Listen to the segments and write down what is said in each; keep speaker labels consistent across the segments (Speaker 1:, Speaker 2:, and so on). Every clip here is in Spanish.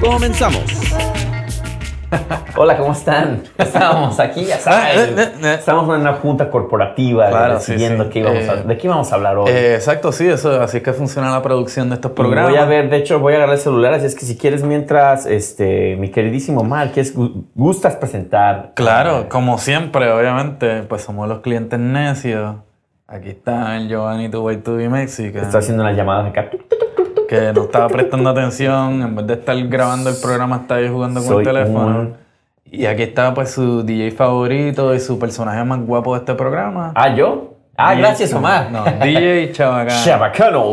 Speaker 1: Comenzamos.
Speaker 2: Hola, ¿cómo están? Estábamos aquí,
Speaker 3: Ah,
Speaker 2: ya saben. Estamos en una junta corporativa
Speaker 3: eh, Claro,
Speaker 2: eh,
Speaker 3: sí,
Speaker 2: decidiendo
Speaker 3: sí.
Speaker 2: qué íbamos a-
Speaker 3: Eh,
Speaker 2: de qué vamos a hablar hoy.
Speaker 3: Eh, exacto, sí, eso, así es que funciona la producción de estos programas.
Speaker 2: Voy a ver, de hecho, voy a agarrar el celular, así es que si quieres, mientras, este, mi queridísimo Mark, ¿quieres- gu- gustas presentar? Eh,
Speaker 3: Claro, como siempre, obviamente, pues somos los clientes necios. Aquí está el Giovanni Tu Way To Be Mexican,
Speaker 2: Estoy haciendo unas llamadas acá.
Speaker 3: que no estaba prestando atención, en vez de estar grabando el programa, está ahí jugando con
Speaker 2: Soy
Speaker 3: el teléfono.
Speaker 2: un-
Speaker 3: Y aquí está pues su DJ favorito y su personaje más guapo de este programa.
Speaker 2: Ah, ¿yo? Ah,
Speaker 3: DJ
Speaker 2: gracias, Omar.
Speaker 3: No, DJ Chabacán.
Speaker 2: Chabacano.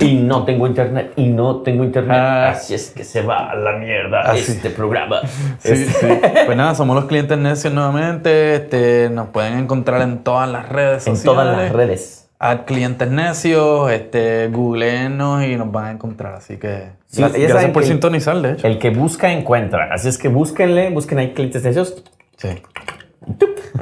Speaker 2: Y no tengo internet, y no tengo internet.
Speaker 3: Ah.
Speaker 2: Así es que se va a la mierda
Speaker 3: Así.
Speaker 2: este programa.
Speaker 3: Sí,
Speaker 2: Este-
Speaker 3: sí. Pues nada, somos los clientes necios nuevamente. Este, nos pueden encontrar en todas las redes
Speaker 2: en
Speaker 3: sociales.
Speaker 2: todas las redes.
Speaker 3: Ad clientes necios, este, googleenos y nos van a encontrar. Así que
Speaker 2: Sí,
Speaker 3: gra-
Speaker 2: ya
Speaker 3: gracias,
Speaker 2: saben
Speaker 3: por
Speaker 2: que-
Speaker 3: sintonizar, de hecho.
Speaker 2: El que busca encuentra. Así es que búsquenle, busquen ahí clientes de esos
Speaker 3: Sí.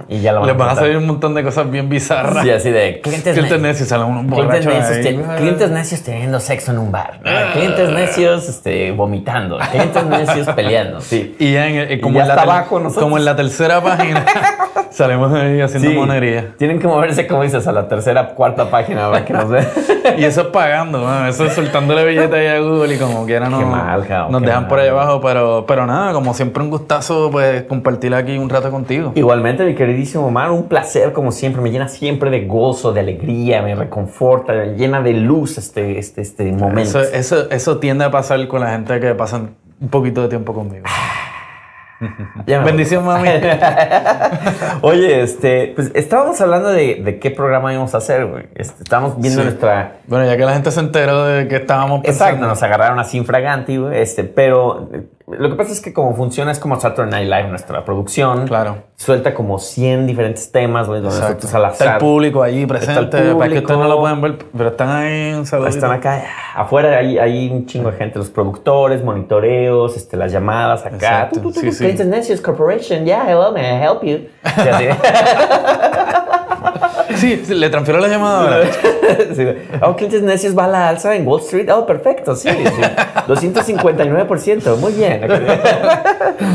Speaker 2: y ya lo van
Speaker 3: Les van a
Speaker 2: encontrar.
Speaker 3: salir un montón de cosas bien bizarras.
Speaker 2: Sí, así de clientes,
Speaker 3: clientes
Speaker 2: ne-
Speaker 3: necios, salen unos
Speaker 2: clientes
Speaker 3: borrachos
Speaker 2: necios.
Speaker 3: ahí. Ah.
Speaker 2: te- clientes necios teniendo sexo en un bar. ¿no? Clientes necios este, vomitando. Clientes necios peleando. Sí.
Speaker 3: Y ya en, eh, como,
Speaker 2: ya
Speaker 3: en la
Speaker 2: está
Speaker 3: ter-
Speaker 2: abajo nosotros.
Speaker 3: como en la tercera página salimos ahí haciendo
Speaker 2: Sí.
Speaker 3: monería.
Speaker 2: Tienen que moverse, como dices, a la tercera, cuarta página para que nos vean.
Speaker 3: Y eso es pagando, mano, eso es soltándole billetes ahí a Google y como quiera no,
Speaker 2: Qué mal, cabrón,
Speaker 3: nos
Speaker 2: qué
Speaker 3: dejan
Speaker 2: mal.
Speaker 3: por ahí abajo. Pero, pero nada, como siempre un gustazo pues compartir aquí un rato contigo.
Speaker 2: Igualmente, mi queridísimo Omar, un placer como siempre. Me llena siempre de gozo, de alegría, me reconforta, me llena de luz este, este, este
Speaker 3: Eso,
Speaker 2: momento.
Speaker 3: eso, eso tiende a pasar con la gente que pasan un poquito de tiempo conmigo.
Speaker 2: Ah, Ya me voy.
Speaker 3: Bendición, mami.
Speaker 2: Oye, este, pues estábamos hablando de, de qué programa íbamos a hacer, güey. Este, estábamos viendo
Speaker 3: Sí.
Speaker 2: nuestra.
Speaker 3: Bueno, ya que la gente se enteró de que estábamos
Speaker 2: Exacto,
Speaker 3: pensando.
Speaker 2: nos agarraron así infraganti, güey. Este, pero eh, lo que pasa es que como funciona es como Saturday Night Live, nuestra producción.
Speaker 3: Claro.
Speaker 2: Suelta como 100 diferentes temas, güey, donde
Speaker 3: Exacto.
Speaker 2: nosotros al
Speaker 3: Está el
Speaker 2: azar.
Speaker 3: público allí presente, para que
Speaker 2: público.
Speaker 3: ustedes no lo pueden ver, pero están ahí un saludito.
Speaker 2: Están acá, afuera hay, hay un chingo de gente, los productores, monitoreos, este, las llamadas acá.
Speaker 3: Exacto,
Speaker 2: Tú, tú, tú,
Speaker 3: sí,
Speaker 2: tú,
Speaker 3: sí.
Speaker 2: Clientes Necios Corporation, yeah, hello, may I help you? Y así.
Speaker 3: Sí, sí, le transfiero la llamada ahora.
Speaker 2: Sí, güey. oh, clientes necios va a la alza en Wall Street. Oh, perfecto, sí. sí. 259%, muy bien.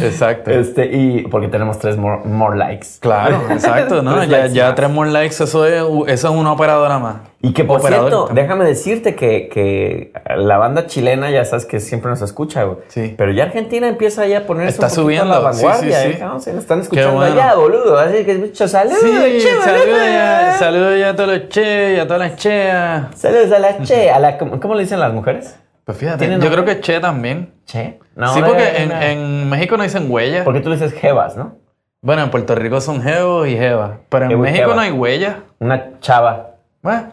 Speaker 3: Exacto.
Speaker 2: Este, y porque tenemos tres more, more likes.
Speaker 3: Claro, exacto, ¿no?
Speaker 2: Tres
Speaker 3: ya,
Speaker 2: likes
Speaker 3: ya
Speaker 2: más.
Speaker 3: tres more likes, eso es, eso es una operadora más.
Speaker 2: Y que por
Speaker 3: Operador
Speaker 2: cierto,
Speaker 3: también.
Speaker 2: déjame decirte que, que la banda chilena ya sabes que siempre nos escucha, güey.
Speaker 3: Sí.
Speaker 2: Pero ya Argentina empieza ya a ponerse
Speaker 3: Está
Speaker 2: un poquito
Speaker 3: subiendo,
Speaker 2: a la
Speaker 3: sí,
Speaker 2: vanguardia,
Speaker 3: sí,
Speaker 2: ¿eh?
Speaker 3: sí.
Speaker 2: No, se nos están escuchando
Speaker 3: bueno.
Speaker 2: allá, boludo. Así que mucho saludos,
Speaker 3: Sí,
Speaker 2: che, boludo.
Speaker 3: saludos ya, saludos ya a todos los che y a todas las cheas.
Speaker 2: Saludos a la che, a la ¿cómo, cómo le dicen las mujeres?
Speaker 3: Pues fíjate,
Speaker 2: ¿Tiene
Speaker 3: yo
Speaker 2: nombre?
Speaker 3: creo que che también.
Speaker 2: Che.
Speaker 3: sí, porque
Speaker 2: no,
Speaker 3: en,
Speaker 2: no.
Speaker 3: en México no dicen huellas.
Speaker 2: Porque tú le dices jebas, ¿no?
Speaker 3: Bueno, en Puerto Rico son jevos y jevas. Pero en
Speaker 2: Jevo y
Speaker 3: México
Speaker 2: jeva.
Speaker 3: no hay huellas.
Speaker 2: Una chava,
Speaker 3: Bueno,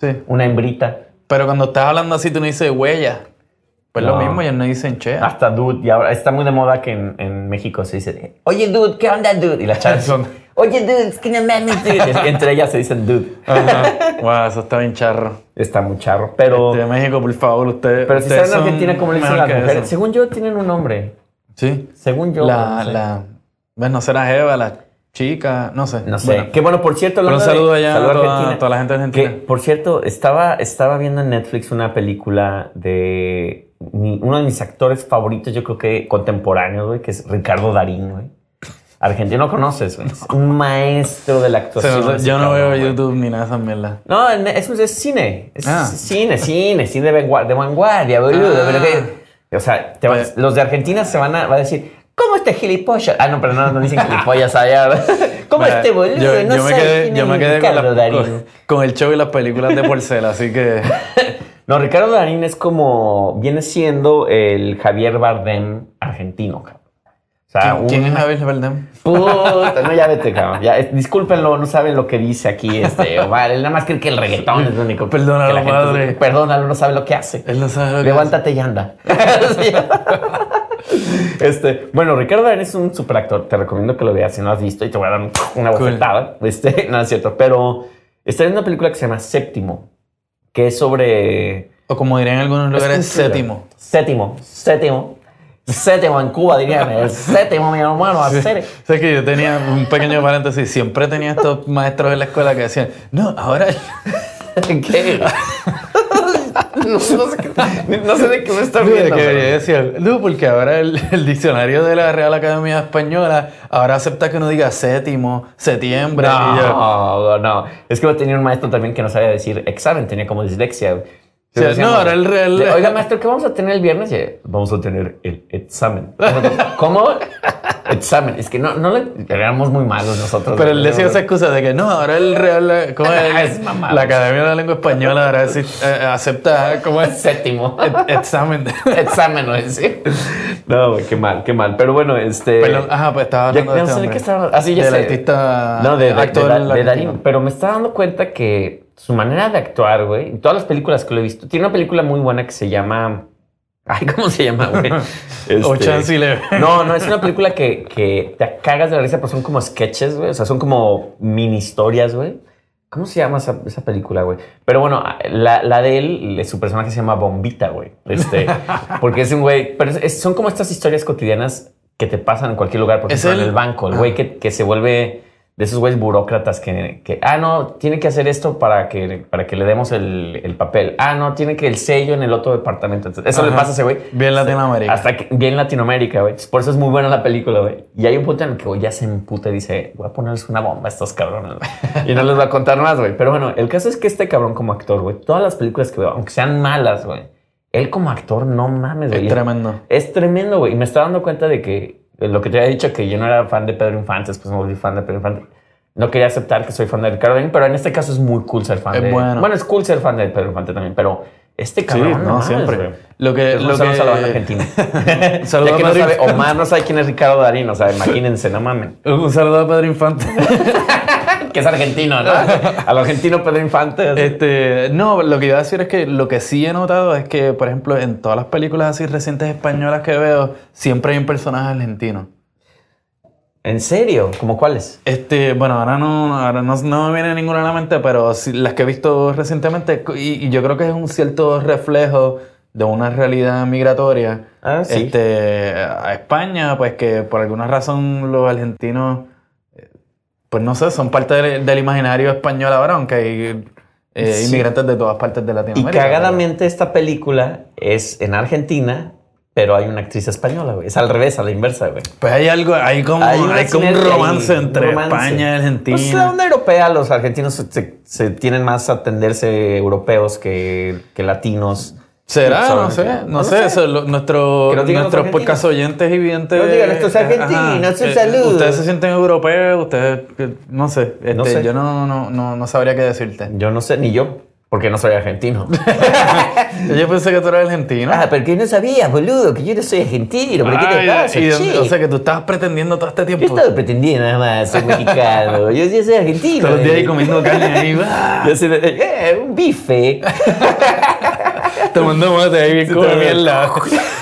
Speaker 3: sí.
Speaker 2: una hembrita.
Speaker 3: Pero cuando estás hablando así, tú no dices huellas. Pues
Speaker 2: No.
Speaker 3: lo mismo, ellos no Ah. dicen che.
Speaker 2: Hasta dude, y ahora está muy de moda que en, en México se dice, oye dude, ¿qué onda dude? Y las chavas son, oye dude, es que no mames dude. Y entre ellas se dicen dude.
Speaker 3: Ah. Ajá. Wow, eso está bien charro.
Speaker 2: Está muy charro. Pero,
Speaker 3: De México, por favor, ustedes.
Speaker 2: pero si
Speaker 3: ustedes
Speaker 2: saben en
Speaker 3: Este, son
Speaker 2: Argentina cómo le dicen
Speaker 3: mejor
Speaker 2: las
Speaker 3: que
Speaker 2: mujeres.
Speaker 3: eso.
Speaker 2: Según yo tienen un nombre.
Speaker 3: Sí.
Speaker 2: Según yo.
Speaker 3: La,
Speaker 2: no sé.
Speaker 3: la. Bueno, no será Jeva, la chica, no sé.
Speaker 2: No sé.
Speaker 3: Bueno,
Speaker 2: que bueno, por cierto,
Speaker 3: pero un
Speaker 2: hablando de-
Speaker 3: saludo allá
Speaker 2: saludo
Speaker 3: a toda,
Speaker 2: Argentina.
Speaker 3: toda la gente de
Speaker 2: Que,
Speaker 3: Argentina.
Speaker 2: por cierto, estaba, estaba viendo en Netflix una película de mi- uno de mis actores favoritos, yo creo que contemporáneos, güey, que es Ricardo Darín, güey. Argentino conoces, güey. Es Un maestro de la
Speaker 3: O sea,
Speaker 2: actuación. ese
Speaker 3: yo no
Speaker 2: cabrón,
Speaker 3: veo
Speaker 2: güey.
Speaker 3: YouTube ni nada de esas mierdas.
Speaker 2: No, en- es, es cine. Es
Speaker 3: Ah.
Speaker 2: cine, cine, cine de vanguardia, de vanguardia boludo.
Speaker 3: Ah.
Speaker 2: Pero que, o sea, te vas- los de Argentina se van a, va a decir, ¿cómo este gilipollas? Ah, no, pero no, no dicen gilipollas allá. ¿verdad? ¿Cómo
Speaker 3: Mira,
Speaker 2: este boludo?
Speaker 3: Yo,
Speaker 2: no
Speaker 3: yo me
Speaker 2: sabe
Speaker 3: quedé,
Speaker 2: quién
Speaker 3: yo
Speaker 2: es
Speaker 3: me quedé con,
Speaker 2: Ricardo
Speaker 3: la-
Speaker 2: Darín.
Speaker 3: con- con el show y las películas de Porcel, así que.
Speaker 2: No, Ricardo Darín es como, viene siendo el Javier Bardem argentino, cabrón. O sea,
Speaker 3: ¿Quién, quién
Speaker 2: un-
Speaker 3: es Javier Bardem?
Speaker 2: Puta, no, ya vete, cabrón. Ya, eh, discúlpenlo, no saben lo que dice aquí este Omar. Él nada más cree que el reggaetón es lo único. que
Speaker 3: Perdónalo,
Speaker 2: la gente-
Speaker 3: madre.
Speaker 2: Perdónalo, no sabe lo que hace.
Speaker 3: Él no sabe lo que
Speaker 2: Levántate y anda. Sí. este, bueno, Ricardo Darín es un super actor. Te recomiendo que lo veas si no lo has visto y te voy a dar un- una
Speaker 3: Cool.
Speaker 2: bofetada. Este, no es cierto, pero está en una película que se llama Séptimo, que es sobre.
Speaker 3: hace. O como dirían en algunos lugares,
Speaker 2: es un thriller.
Speaker 3: séptimo.
Speaker 2: Séptimo, séptimo. Séptimo en Cuba, dirían. El séptimo, mi hermano, a ser.
Speaker 3: O sea, que yo tenía un pequeño paréntesis. Siempre tenía estos maestros en la escuela que decían, no, ahora.
Speaker 2: ¿Qué? No sé, no sé qué- no sé de qué me estás
Speaker 3: Oye,
Speaker 2: riendo.
Speaker 3: que debería
Speaker 2: pero-
Speaker 3: decir, no, porque ahora el, el diccionario de la Real Academia Española ahora acepta que uno diga séptimo, septiembre. y yo,
Speaker 2: No, no. Es que yo tenía un maestro también que no sabía decir examen, tenía como dislexia. güey.
Speaker 3: Sí,
Speaker 2: Entonces
Speaker 3: no,
Speaker 2: decíamos,
Speaker 3: ahora el real-
Speaker 2: de, Oiga, maestro, ¿qué vamos a tener el viernes? Y, vamos a tener el examen. Nosotros, ¿Cómo? examen. Es que no, no le éramos muy malos nosotros.
Speaker 3: pero
Speaker 2: güey.
Speaker 3: él decía esa excusa de que no, ahora el Real eh, ¿cómo es?
Speaker 2: Es mamada.
Speaker 3: la Academia de la Lengua Española ahora sí, eh, acepta ¿cómo es?
Speaker 2: Séptimo.
Speaker 3: Et- examen.
Speaker 2: examen, güey, sí. No, güey, qué mal, qué mal. Pero bueno, este.
Speaker 3: Perdón, ajá, pues estaba
Speaker 2: Ya,
Speaker 3: hablando de
Speaker 2: no
Speaker 3: este
Speaker 2: sé de qué
Speaker 3: hombre.
Speaker 2: estaba hablando. Ah, sí, ya
Speaker 3: Del
Speaker 2: sé.
Speaker 3: artista
Speaker 2: No, de, de-
Speaker 3: actor
Speaker 2: de- de
Speaker 3: latino.
Speaker 2: Darín. Pero me estaba dando cuenta que su manera de actuar, güey, en todas las películas que lo he visto, tiene una película muy buena que se llama. Ay, ¿cómo se llama, güey?
Speaker 3: O
Speaker 2: Este-
Speaker 3: Chance y Leve.
Speaker 2: No, no, es una película que, que te cagas de la risa, pero son como sketches, güey. O sea, son como mini historias, güey. ¿Cómo se llama esa, esa película, güey? Pero bueno, la, la de él, su personaje se llama Bombita, güey. Este, porque es un güey. Pero es- son como estas historias cotidianas que te pasan en cualquier lugar. Por
Speaker 3: Es
Speaker 2: ejemplo, en
Speaker 3: el-
Speaker 2: el banco, el
Speaker 3: Ah.
Speaker 2: güey que, que se vuelve de esos güeyes burócratas que, que, ah, no, tiene que hacer esto para que, para que le demos el, el papel. Ah, no, tiene que el sello en el otro departamento. Entonces, eso le
Speaker 3: Ajá.
Speaker 2: pasa a ese güey.
Speaker 3: Bien Latinoamérica.
Speaker 2: Hasta que, bien Latinoamérica, güey. Por eso es muy buena la película, güey. Y hay un punto en el que güey, ya se emputa y dice, voy a ponerles una bomba a estos cabrones. güey". Y no les va a contar más, güey. Pero bueno, el caso es que este cabrón como actor, güey, todas las películas que veo, aunque sean malas, güey, él como actor, no mames, güey.
Speaker 3: Es tremendo.
Speaker 2: Es tremendo, güey. Y me estaba dando cuenta de que eh, lo que te había dicho, que yo no era fan de Pedro Infante, después me volví fan de Pedro Infante. No quería aceptar que soy fan de Ricardo Darín, pero en este caso es muy cool ser fan
Speaker 3: Es
Speaker 2: de...
Speaker 3: Eh, bueno.
Speaker 2: es cool ser fan de Pedro Infante también, pero este cabrón...
Speaker 3: no,
Speaker 2: mames,
Speaker 3: siempre.
Speaker 2: güey.
Speaker 3: Lo que-
Speaker 2: Entonces,
Speaker 3: lo
Speaker 2: un saludo
Speaker 3: que-
Speaker 2: a la banda argentina.
Speaker 3: Saludo
Speaker 2: ya
Speaker 3: a
Speaker 2: que no
Speaker 3: Pedro
Speaker 2: sabe,
Speaker 3: Infante.
Speaker 2: Omar no sabe quién es Ricardo Darín, o sea, imagínense, no mames.
Speaker 3: Un saludo a Pedro Infante.
Speaker 2: Que es argentino, ¿no? Al argentino Pedro Infante. así.
Speaker 3: Este, no, lo que iba a decir es que lo que sí he notado es que, por ejemplo, en todas las películas así recientes españolas que veo, siempre hay un personaje argentino.
Speaker 2: ¿En serio? ¿Cómo cuáles?
Speaker 3: Este, bueno, ahora no, ahora no, no me viene ninguna a la mente, pero sí, las que he visto recientemente, y, y yo creo que es un cierto reflejo de una realidad migratoria.
Speaker 2: Ah, sí.
Speaker 3: Este, a España, pues que por alguna razón los argentinos, eh, pues no sé, son parte del, del imaginario español ahora, aunque hay eh,
Speaker 2: Sí.
Speaker 3: inmigrantes de todas partes de
Speaker 2: Y
Speaker 3: Latinoamérica.
Speaker 2: cagadamente esta película es en Argentina, pero hay una actriz española, güey. Es al revés, a la inversa, güey.
Speaker 3: Pues hay algo, hay como, hay
Speaker 2: Hay una
Speaker 3: como un
Speaker 2: sinergia
Speaker 3: romance
Speaker 2: ahí, un
Speaker 3: entre
Speaker 2: romance.
Speaker 3: España y Argentina.
Speaker 2: Pues la onda europea, los argentinos se, se- se tienen más a tenderse europeos que, que latinos.
Speaker 3: ¿Será? No
Speaker 2: Solamente.
Speaker 3: sé, no sé. Eso, lo- nuestro,
Speaker 2: Que nos digan los
Speaker 3: nuestros
Speaker 2: argentinos.
Speaker 3: podcast oyentes y videntes.
Speaker 2: Que nos digan, "Estos
Speaker 3: eh,
Speaker 2: argentinos,
Speaker 3: ajá,
Speaker 2: un
Speaker 3: eh,
Speaker 2: saludo".
Speaker 3: Ustedes se sienten europeos, ustedes, eh, no sé.
Speaker 2: No
Speaker 3: este,
Speaker 2: sé.
Speaker 3: Yo no, no, no, no sabría qué decirte.
Speaker 2: Yo no sé, ni yo, porque no soy argentino.
Speaker 3: Yo pensé que tú eras argentino.
Speaker 2: ah, pero que no sabías, boludo, que yo no soy argentino. ¿Pero qué
Speaker 3: Ay,
Speaker 2: te pasa,
Speaker 3: y de-
Speaker 2: che?
Speaker 3: o sea, que tú estabas pretendiendo todo este
Speaker 2: Yo he
Speaker 3: tiempo.
Speaker 2: estado pretendiendo nada más, soy mexicano. yo sí soy argentino.
Speaker 3: Todos los días ahí
Speaker 2: eh.
Speaker 3: comiendo carne ahí, ¡ah!
Speaker 2: Yo soy de- eh, un bife.
Speaker 3: tomando mate ahí bien como
Speaker 2: todo.
Speaker 3: mierda.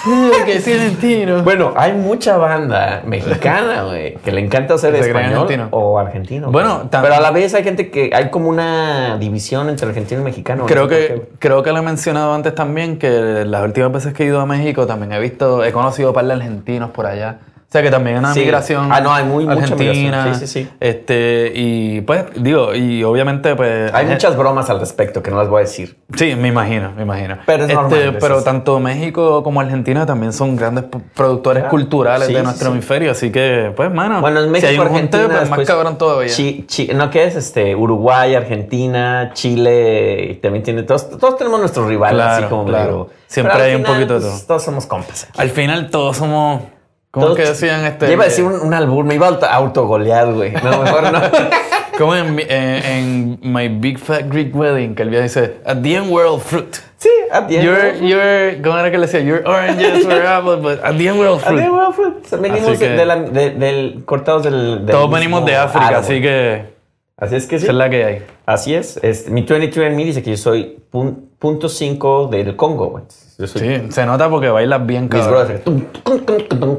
Speaker 3: que soy argentino.
Speaker 2: Bueno, hay mucha banda mexicana, güey, que le encanta ser
Speaker 3: Que se cree
Speaker 2: español
Speaker 3: argentino.
Speaker 2: o argentino.
Speaker 3: Bueno,
Speaker 2: güey.
Speaker 3: tam-
Speaker 2: pero a la vez hay gente que hay como una división entre argentino y mexicano.
Speaker 3: Creo
Speaker 2: no sé
Speaker 3: que,
Speaker 2: por qué,
Speaker 3: creo que lo he mencionado antes también, que las últimas veces que he ido a México también he visto, he conocido un par de argentinos por allá. O sea que también hay una
Speaker 2: Sí.
Speaker 3: migración
Speaker 2: Ah, no, hay muy- mucha
Speaker 3: argentina.
Speaker 2: migración. Sí, sí, sí.
Speaker 3: Este, y pues, digo, y obviamente, pues.
Speaker 2: güey. Hay
Speaker 3: eh,
Speaker 2: muchas bromas al respecto que no las voy a decir.
Speaker 3: Sí, me imagino, me imagino.
Speaker 2: Pero es
Speaker 3: Este,
Speaker 2: normal, eso
Speaker 3: pero
Speaker 2: sí.
Speaker 3: tanto México como Argentina también son grandes p- productores
Speaker 2: Claro.
Speaker 3: culturales
Speaker 2: Sí,
Speaker 3: de
Speaker 2: sí,
Speaker 3: nuestro
Speaker 2: sí.
Speaker 3: hemisferio, así que, pues, mano.
Speaker 2: Bueno, en México,
Speaker 3: si hay un
Speaker 2: Argentina,
Speaker 3: junteo, pues, más
Speaker 2: después
Speaker 3: cabrón todavía.
Speaker 2: Chi- Chi- no, que es este Uruguay, Argentina, Chile, y también tiene todos, todos tenemos nuestros rivales, así
Speaker 3: Claro,
Speaker 2: como
Speaker 3: claro.
Speaker 2: digo.
Speaker 3: Siempre
Speaker 2: Pero al pues,
Speaker 3: hay un poquito de todo.
Speaker 2: Todos somos compas.
Speaker 3: Al final todos somos. ¿Cómo
Speaker 2: Todos-
Speaker 3: es que decían este?
Speaker 2: Yo iba a decir un, un albur, me iba a auto- autogolear, güey. No, mejor no.
Speaker 3: Como en, mi- en- en My Big Fat Greek Wedding, que el viejo dice, At the end we're all fruit.
Speaker 2: sí, at the end,
Speaker 3: You're, you're, ¿cómo era que le decía? You're oranges, we're apples, but at the end we're all
Speaker 2: Ah, de
Speaker 3: fruit.
Speaker 2: World Fruit.
Speaker 3: Así
Speaker 2: Venimos
Speaker 3: que-
Speaker 2: de la- de- del, cortados del, del
Speaker 3: Todos
Speaker 2: mismo
Speaker 3: venimos de África,
Speaker 2: árbol.
Speaker 3: así que
Speaker 2: Así es que sí.
Speaker 3: esa es la que hay.
Speaker 2: Así es. Este, mi 23andMe dice que yo soy pun- punto cinco del Congo, güey. Yo soy
Speaker 3: Sí, se nota porque bailas bien,
Speaker 2: mis
Speaker 3: cabrón.
Speaker 2: brothers.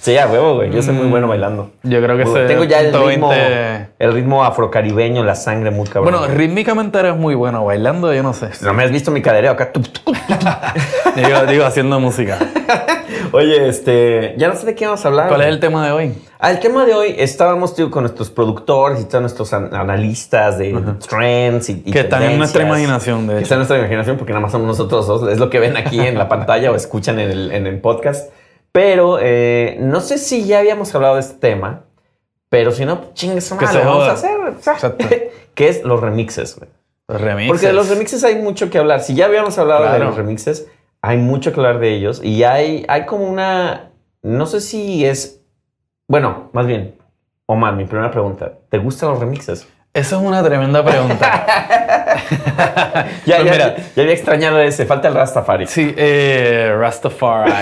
Speaker 2: Sí, a huevo, güey. Yo soy muy bueno bailando.
Speaker 3: Yo creo que ese
Speaker 2: Muy bueno. Tengo ya el
Speaker 3: top
Speaker 2: ritmo,
Speaker 3: 20.
Speaker 2: el ritmo afrocaribeño, la sangre muy cabrón.
Speaker 3: Bueno, rítmicamente eres muy bueno bailando, yo no sé.
Speaker 2: no me has visto mi cadereo acá.
Speaker 3: Digo, digo, haciendo música.
Speaker 2: Oye, este, ya no sé de qué vamos a hablar. Ah,
Speaker 3: ¿Cuál es
Speaker 2: güey.
Speaker 3: el tema de hoy?
Speaker 2: Al tema de hoy estábamos tío, con nuestros productores y todos nuestros estos an- analistas de trends y, y
Speaker 3: Que están en nuestra
Speaker 2: tendencias,
Speaker 3: imaginación, de
Speaker 2: que
Speaker 3: hecho.
Speaker 2: están en nuestra imaginación porque nada más somos nosotros dos. Es lo que ven aquí en la pantalla o escuchan en el, en el podcast. Pero eh, no sé si ya habíamos hablado de este tema, pero si no, chingues,
Speaker 3: Que
Speaker 2: madre,
Speaker 3: se
Speaker 2: lo vamos
Speaker 3: joda.
Speaker 2: a hacer. o sea,
Speaker 3: Exacto.
Speaker 2: que es los remixes, güey.
Speaker 3: Los remixes.
Speaker 2: Porque de los remixes hay mucho que hablar. Si ya habíamos hablado de
Speaker 3: Claro.
Speaker 2: los remixes, hay mucho que hablar de ellos. Y hay, hay como una. No sé si es. Bueno, más bien. Omar, mi primera pregunta. ¿Te gustan los remixes?
Speaker 3: Esa es una tremenda pregunta.
Speaker 2: Ya,
Speaker 3: Pues
Speaker 2: ya,
Speaker 3: mira.
Speaker 2: ya había extrañado ese. Falta el Rastafari.
Speaker 3: Sí, eh, Rastafari.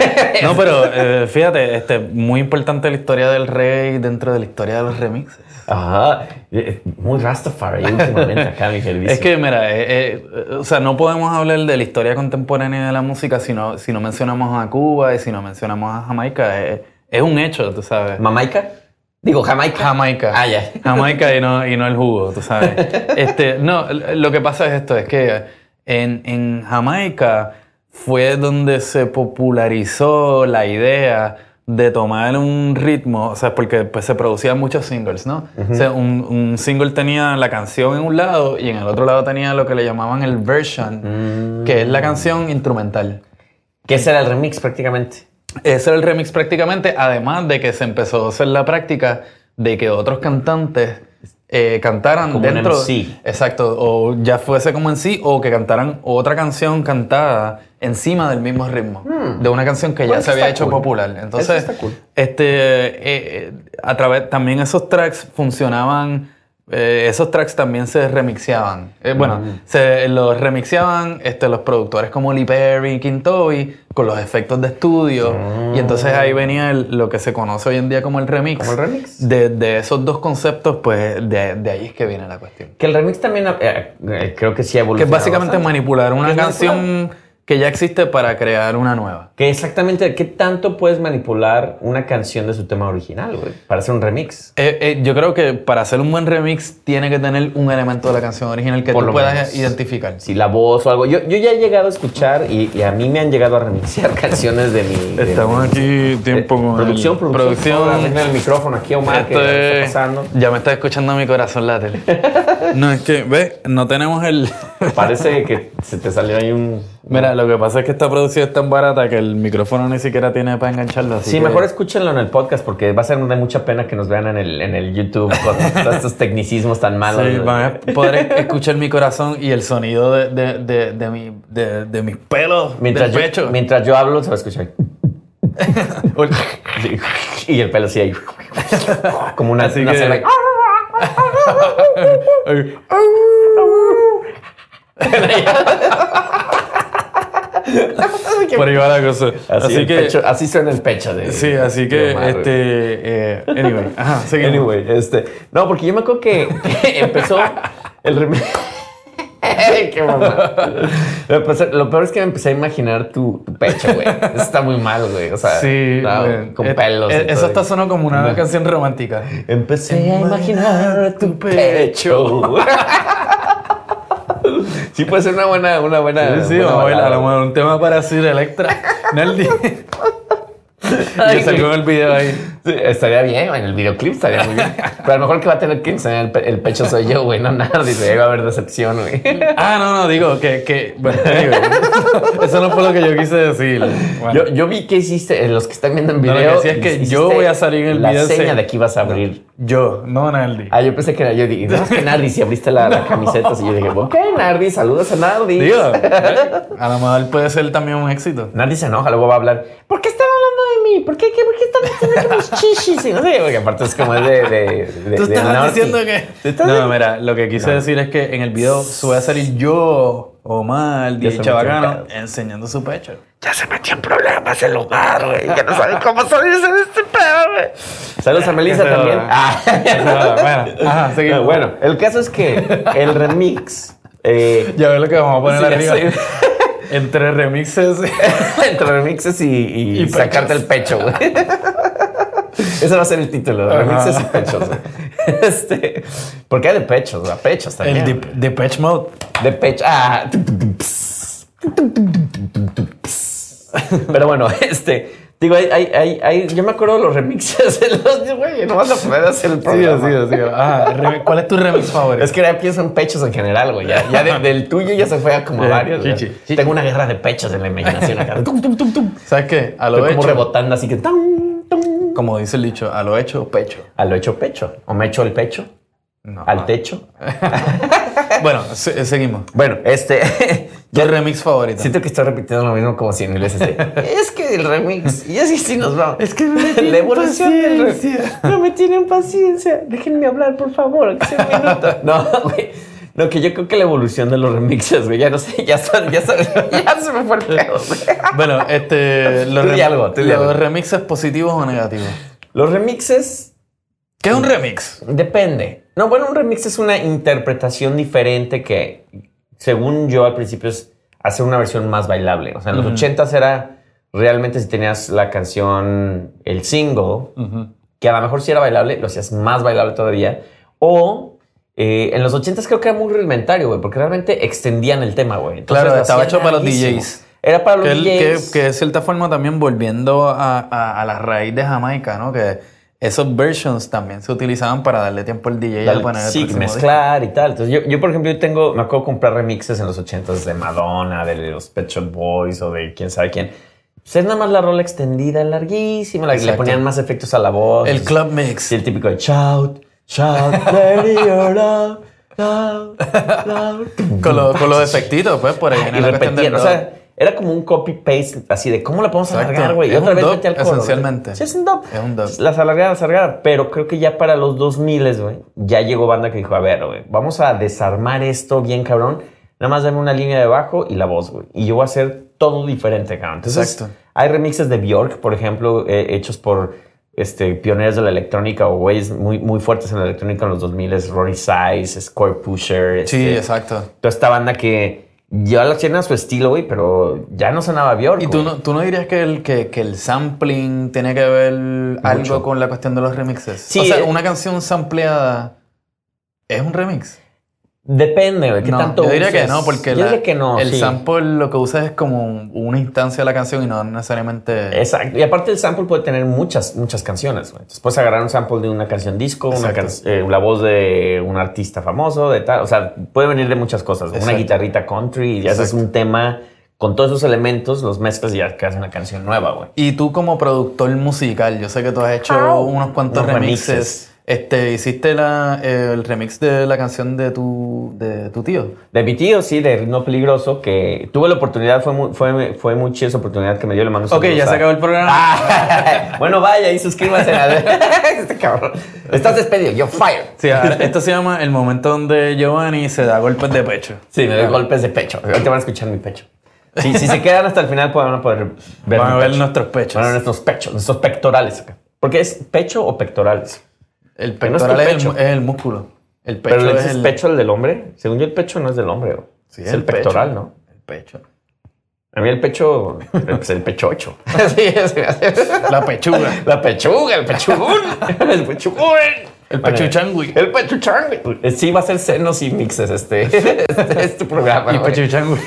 Speaker 3: No, pero eh, fíjate, este, muy importante la historia del rey dentro de la historia de los remixes.
Speaker 2: Ajá. Eh, Muy Rastafari últimamente acá, mi querido.
Speaker 3: Es que, mira, eh, eh, eh, o sea, no podemos hablar de la historia contemporánea de la música si no, si no mencionamos a Cuba y si no mencionamos a Jamaica. Eh, es un hecho, tú sabes.
Speaker 2: ¿Mamaica? Digo, Jamaica.
Speaker 3: Jamaica.
Speaker 2: Ah, ya.
Speaker 3: Jamaica y no, y no el jugo, tú sabes. Este, no, lo que pasa es esto, es que en, en Jamaica fue donde se popularizó la idea de tomar un ritmo, o sea, porque pues, se producían muchos singles, ¿no? O sea, un, un single tenía la canción en un lado y en el otro lado tenía lo que le llamaban el version,
Speaker 2: Mm,
Speaker 3: que es la canción instrumental.
Speaker 2: que ese era el remix prácticamente.
Speaker 3: Ese era el remix prácticamente, además de que se empezó a hacer la práctica de que otros cantantes eh, cantaran
Speaker 2: Como un
Speaker 3: dentro.
Speaker 2: MC.
Speaker 3: Exacto, o ya fuese como en sí, o que cantaran otra canción cantada encima del mismo ritmo, de una canción que
Speaker 2: Hmm.
Speaker 3: ya
Speaker 2: Bueno, eso
Speaker 3: se había
Speaker 2: está
Speaker 3: hecho
Speaker 2: cool.
Speaker 3: popular. Entonces,
Speaker 2: está cool.
Speaker 3: este, eh, eh, a través, también esos tracks funcionaban. eh, esos tracks también se remixeaban. Eh, bueno,
Speaker 2: Mm.
Speaker 3: se los remixeaban este, los productores como Lee Perry y King Toby con los efectos de estudio. Y entonces ahí venía el- lo que se conoce hoy en día como el remix.
Speaker 2: Mm. Como el remix.
Speaker 3: De, de esos dos conceptos, pues de, de ahí es que viene la cuestión.
Speaker 2: Que el remix también eh, eh, creo
Speaker 3: Que
Speaker 2: que sí ha
Speaker 3: es
Speaker 2: evolucionado.
Speaker 3: básicamente
Speaker 2: bastante.
Speaker 3: manipular una
Speaker 2: es
Speaker 3: canción que ya existe para crear una nueva.
Speaker 2: Que exactamente, ¿qué tanto puedes manipular una canción de su tema original, güey? Para hacer un remix.
Speaker 3: Eh, eh, yo creo que para hacer un buen remix tiene que tener un elemento de la canción original que
Speaker 2: Por
Speaker 3: tú
Speaker 2: lo
Speaker 3: puedas
Speaker 2: menos.
Speaker 3: identificar.
Speaker 2: Si la voz o algo. Yo, yo ya he llegado a escuchar y, y a mí me han llegado a remixear canciones de mi. de mi- eh,
Speaker 3: aquí
Speaker 2: producción, producción,
Speaker 3: producción. Este.
Speaker 2: Producción. el micrófono aquí, Omar, que
Speaker 3: Esto
Speaker 2: está
Speaker 3: es-
Speaker 2: pasando.
Speaker 3: Ya me está escuchando mi corazón la tele. No, es que, ¿ves? No tenemos el...
Speaker 2: Parece que se te salió ahí un.
Speaker 3: Mira, lo que pasa es que esta producción es tan barata que el micrófono ni siquiera tiene para engancharlo. así
Speaker 2: Sí,
Speaker 3: que-
Speaker 2: mejor escúchenlo en el podcast porque va a ser de mucha pena que nos vean en el, en el YouTube con todos estos tecnicismos tan malos.
Speaker 3: Sí,
Speaker 2: güey.
Speaker 3: van a poder escuchar mi corazón y el sonido de, de, de, de, mi, de, de mis pelos
Speaker 2: mientras,
Speaker 3: del
Speaker 2: yo,
Speaker 3: pecho.
Speaker 2: mientras yo hablo, se va a escuchar. Sí. Y el pelo sí ahí. Como una, una
Speaker 3: que-
Speaker 2: cerda.
Speaker 3: Ay, Por ahí va la cosa.
Speaker 2: Así,
Speaker 3: Así,
Speaker 2: el
Speaker 3: que...
Speaker 2: pecho- así suena el pecho de.
Speaker 3: Sí, así que,
Speaker 2: de Omar, güey.
Speaker 3: este... eh, anyway, ajá, seguimos.
Speaker 2: Anyway, este. No, porque yo me acuerdo que que empezó el remix. Qué mamá. Lo, pues, lo peor es que me empecé a imaginar tu, tu pecho, güey. Eso Está muy mal, güey. O sea,
Speaker 3: Sí,
Speaker 2: no,
Speaker 3: güey.
Speaker 2: con
Speaker 3: Eh,
Speaker 2: pelos. y
Speaker 3: eh, eso
Speaker 2: todo.
Speaker 3: está sonando como una canción romántica.
Speaker 2: Empecé a imaginar tu pecho. sí, puede ser una buena, una buena.
Speaker 3: Sí, sí,
Speaker 2: una
Speaker 3: vamos a bailar,
Speaker 2: balada.
Speaker 3: a lo mejor un tema para Sir Electra. Nelly.
Speaker 2: Ay,
Speaker 3: y salió el video ahí.
Speaker 2: Sí, estaría bien, güey, en el videoclip estaría muy bien. Pero a lo mejor el que va a tener que enseñar el, pe- el pecho soy yo, güey, no nada. Dice, ahí va a haber decepción, güey.
Speaker 3: Ah, no, no, digo que... que bueno, anyway. eso no fue lo que yo quise decir. Bueno.
Speaker 2: Yo, yo vi que hiciste, eh, los que están viendo en
Speaker 3: No,
Speaker 2: video.
Speaker 3: lo que sí es que
Speaker 2: hiciste
Speaker 3: yo voy a salir en el
Speaker 2: la
Speaker 3: video,
Speaker 2: seña
Speaker 3: sí.
Speaker 2: de que ibas a abrir.
Speaker 3: Yo, no Naldi.
Speaker 2: Ah, yo pensé que era yo. Dije, no, es que Nardi, si abriste la, la camiseta. Y yo dije, ok, Nardi, saludos a Nardi.
Speaker 3: Digo, a lo mejor puede ser también un éxito.
Speaker 2: Nadie se enoja, luego va a hablar. ¿Por qué están hablando de mí? ¿Por qué, qué- por qué están diciendo que mis chichis? Y no sé, porque aparte es como de. de, de-
Speaker 3: Tú
Speaker 2: de
Speaker 3: estabas
Speaker 2: norte.
Speaker 3: diciendo que...
Speaker 2: Tú estás-
Speaker 3: No, mira, lo que quise decir es que en el video voy a salir yo, Omar,
Speaker 2: Ya se
Speaker 3: DJ
Speaker 2: metió
Speaker 3: Chabacano,
Speaker 2: en
Speaker 3: enseñando su pecho.
Speaker 2: Ya se metió en problemas el hogar, güey. Ya no saben cómo salirse de este pedo, güey. Saludos a Melissa
Speaker 3: Qué feo,
Speaker 2: también.
Speaker 3: güey.
Speaker 2: Ah.
Speaker 3: bueno, ajá, seguimos.
Speaker 2: No, bueno, el caso es que el remix. eh,
Speaker 3: Ya ves lo que vamos a poner
Speaker 2: Sí, ya
Speaker 3: arriba. Entre remixes.
Speaker 2: entre remixes y, y
Speaker 3: Y pechos.
Speaker 2: sacarte el pecho, güey. Ese va a ser el título,
Speaker 3: Ajá.
Speaker 2: remixes y pechos. güey. Este, porque hay de pechos, a pechos también.
Speaker 3: el Deep, Depeche Mode.
Speaker 2: De pecho. Ah. Pero bueno, este. Digo, hay, hay, hay, hay- yo me acuerdo de los remixes de los, güey, no vas a poder hacer el
Speaker 3: Sí,
Speaker 2: programa.
Speaker 3: sí, sí. Ah, rem- ¿Cuál es tu remix favorito?
Speaker 2: Es que ahora pienso en pechos en general, güey. Ya, ya de- del tuyo ya se fue a como
Speaker 3: Ya,
Speaker 2: varios. güey.
Speaker 3: chichi, chichi.
Speaker 2: Tengo una guerra de pechos en la imaginación. acá. Tum, tum, tum, tum.
Speaker 3: ¿Sabes qué? A lo
Speaker 2: Estoy como
Speaker 3: hecho,
Speaker 2: rebotando así que... tum, tum.
Speaker 3: como dice el dicho, a lo hecho, pecho.
Speaker 2: A lo hecho pecho. O me echo el pecho.
Speaker 3: No.
Speaker 2: Al techo.
Speaker 3: Bueno, se- eh, seguimos.
Speaker 2: Bueno, este...
Speaker 3: ¿Tu remix favorito?
Speaker 2: Siento que estoy repitiendo lo mismo como 100 mil veces. de, es que el remix. Y así sí nos vamos.
Speaker 3: Es que no me tienen
Speaker 2: la evolución del re-
Speaker 3: paciencia.
Speaker 2: No me tienen paciencia. Déjenme hablar, por favor. Que sea un minuto. No, güey. No, que yo creo que la evolución de los remixes, güey. Ya no sé, ya, son- ya, son- ya se me fue el pedo, güey.
Speaker 3: Bueno, este, los,
Speaker 2: Tú
Speaker 3: rem-
Speaker 2: di algo, tú di
Speaker 3: los
Speaker 2: algo.
Speaker 3: remixes positivos o negativos.
Speaker 2: Los remixes,
Speaker 3: ¿Qué es un remix?
Speaker 2: depende. No, bueno, un remix es una interpretación diferente que, según yo, al principio es hacer una versión más bailable. O sea, en los
Speaker 3: Ujú.
Speaker 2: 80s era realmente si tenías la canción, el single,
Speaker 3: Ujú.
Speaker 2: que a lo mejor sí era bailable, lo hacías más bailable todavía. O eh, en los 80s creo que era muy rudimentario, güey, porque realmente extendían el tema, güey. Entonces,
Speaker 3: Claro,
Speaker 2: lo
Speaker 3: estaba
Speaker 2: hacían
Speaker 3: hecho para los
Speaker 2: larguísimo.
Speaker 3: DJs.
Speaker 2: Era para los
Speaker 3: Que, que-
Speaker 2: DJs.
Speaker 3: que de cierta forma también volviendo a, a- a la raíz de Jamaica, ¿no? Que esos versions también se utilizaban para darle tiempo al DJ
Speaker 2: Dale,
Speaker 3: a poner el
Speaker 2: sí,
Speaker 3: próximo
Speaker 2: mezclar y tal. Entonces, yo, yo, por ejemplo, yo tengo, me acuerdo comprar remixes en los 80s de Madonna, de los Pet Shop Boys o de quién sabe quién. Pues es nada más la rola extendida, larguísima, la que le
Speaker 3: Exacto.
Speaker 2: ponían más efectos a la voz.
Speaker 3: día. El club mix.
Speaker 2: Sí, el típico de shout, shout, baby, you're loud, loud, loud.
Speaker 3: Con, lo- con los efectitos, pues, por ahí viene
Speaker 2: y
Speaker 3: la cuestión del
Speaker 2: repetían. O
Speaker 3: dub.
Speaker 2: sea, era como un copy-paste así de cómo la podemos
Speaker 3: Exacto.
Speaker 2: alargar, güey. Y
Speaker 3: Es
Speaker 2: otra
Speaker 3: un
Speaker 2: vez
Speaker 3: dub,
Speaker 2: vete al coro.
Speaker 3: esencialmente.
Speaker 2: Sí, es un dub.
Speaker 3: Es un dub.
Speaker 2: Las alargadas, las alargadas. Pero creo que ya para los 2000, güey, ya llegó banda que dijo, a ver, güey, vamos a desarmar esto bien cabrón. Nada más dame una línea de bajo y la voz, güey. Y yo voy a hacer todo diferente, cabrón. Entonces,
Speaker 3: Exacto.
Speaker 2: hay remixes de Bjork, por ejemplo, eh, hechos por este, pioneros de la electrónica o güeyes muy, muy fuertes en la electrónica en los 2000, Rory Size, Square Pusher.
Speaker 3: sí,
Speaker 2: este,
Speaker 3: exacto.
Speaker 2: toda esta banda que ya la tienen a su estilo, güey, pero ya no sonaba Bjork.
Speaker 3: ¿Y tú
Speaker 2: güey.
Speaker 3: no, tú no dirías que el, que, que el sampling tiene que ver algo con la cuestión de los remixes?
Speaker 2: Sí,
Speaker 3: o sea,
Speaker 2: eh.
Speaker 3: una canción sampleada es un remix.
Speaker 2: Depende, güey, qué
Speaker 3: no,
Speaker 2: tanto
Speaker 3: yo diría
Speaker 2: uses?
Speaker 3: que no, porque
Speaker 2: Yo
Speaker 3: la-
Speaker 2: diría que no,
Speaker 3: el
Speaker 2: sí.
Speaker 3: sample lo que usas es como un- una instancia de la canción y no necesariamente...
Speaker 2: Exacto. Y aparte el sample puede tener muchas, muchas canciones, güey. Entonces puedes agarrar un sample de una canción disco, una
Speaker 3: Exacto.
Speaker 2: can- eh, la voz de un artista famoso, de tal. O sea, puede venir de muchas cosas. güey. Una
Speaker 3: Exacto.
Speaker 2: guitarrita country y ya haces
Speaker 3: Exacto.
Speaker 2: un tema con todos esos elementos, los mezclas y ya creas una canción nueva, güey.
Speaker 3: Y tú como productor musical, yo sé que tú has hecho unos cuantos
Speaker 2: Unos
Speaker 3: remixes.
Speaker 2: remixes.
Speaker 3: Este, hiciste la, eh, el remix de la canción de tu, de tu tío.
Speaker 2: De mi tío, sí, de Ritmo Peligroso, que tuve la oportunidad, fue muy, fue, fue muy chida esa oportunidad que me dio, le mando
Speaker 3: Ok,
Speaker 2: saludos
Speaker 3: ya se
Speaker 2: a-
Speaker 3: acabó el programa.
Speaker 2: Ah, bueno, vaya y suscríbase. A este cabrón. Estás despedido. Yo fire.
Speaker 3: Sí, ah. ahora, esto se llama el momento donde Giovanni se da golpes de pecho.
Speaker 2: Sí, me doy golpes de pecho. Ahorita van a escuchar mi pecho. Sí, si se quedan hasta el final, pues, van a poder ver,
Speaker 3: Van a
Speaker 2: mi
Speaker 3: ver
Speaker 2: pecho.
Speaker 3: nuestros pechos.
Speaker 2: Van a ver nuestros pechos, nuestros pectorales acá. Porque es pecho o pectorales.
Speaker 3: el
Speaker 2: que no es tu
Speaker 3: pectoral es,
Speaker 2: pecho.
Speaker 3: El, es el músculo. El pecho
Speaker 2: Pero le
Speaker 3: es
Speaker 2: dices
Speaker 3: el
Speaker 2: pecho al del hombre. Según yo, el pecho no es del hombre. bro.
Speaker 3: Sí,
Speaker 2: es el, pectoral, ¿no?
Speaker 3: El pecho.
Speaker 2: A mí el pecho, pues el pechocho. sí, sí, sí.
Speaker 3: La pechuga.
Speaker 2: La pechuga, el pechugún. el pechugún.
Speaker 3: El
Speaker 2: Bueno,
Speaker 3: pechuchangui.
Speaker 2: El pechuchangui. Eh, Sí, va a ser senos y mixes este, este, este programa.
Speaker 3: Y
Speaker 2: güey.
Speaker 3: pechuchangui.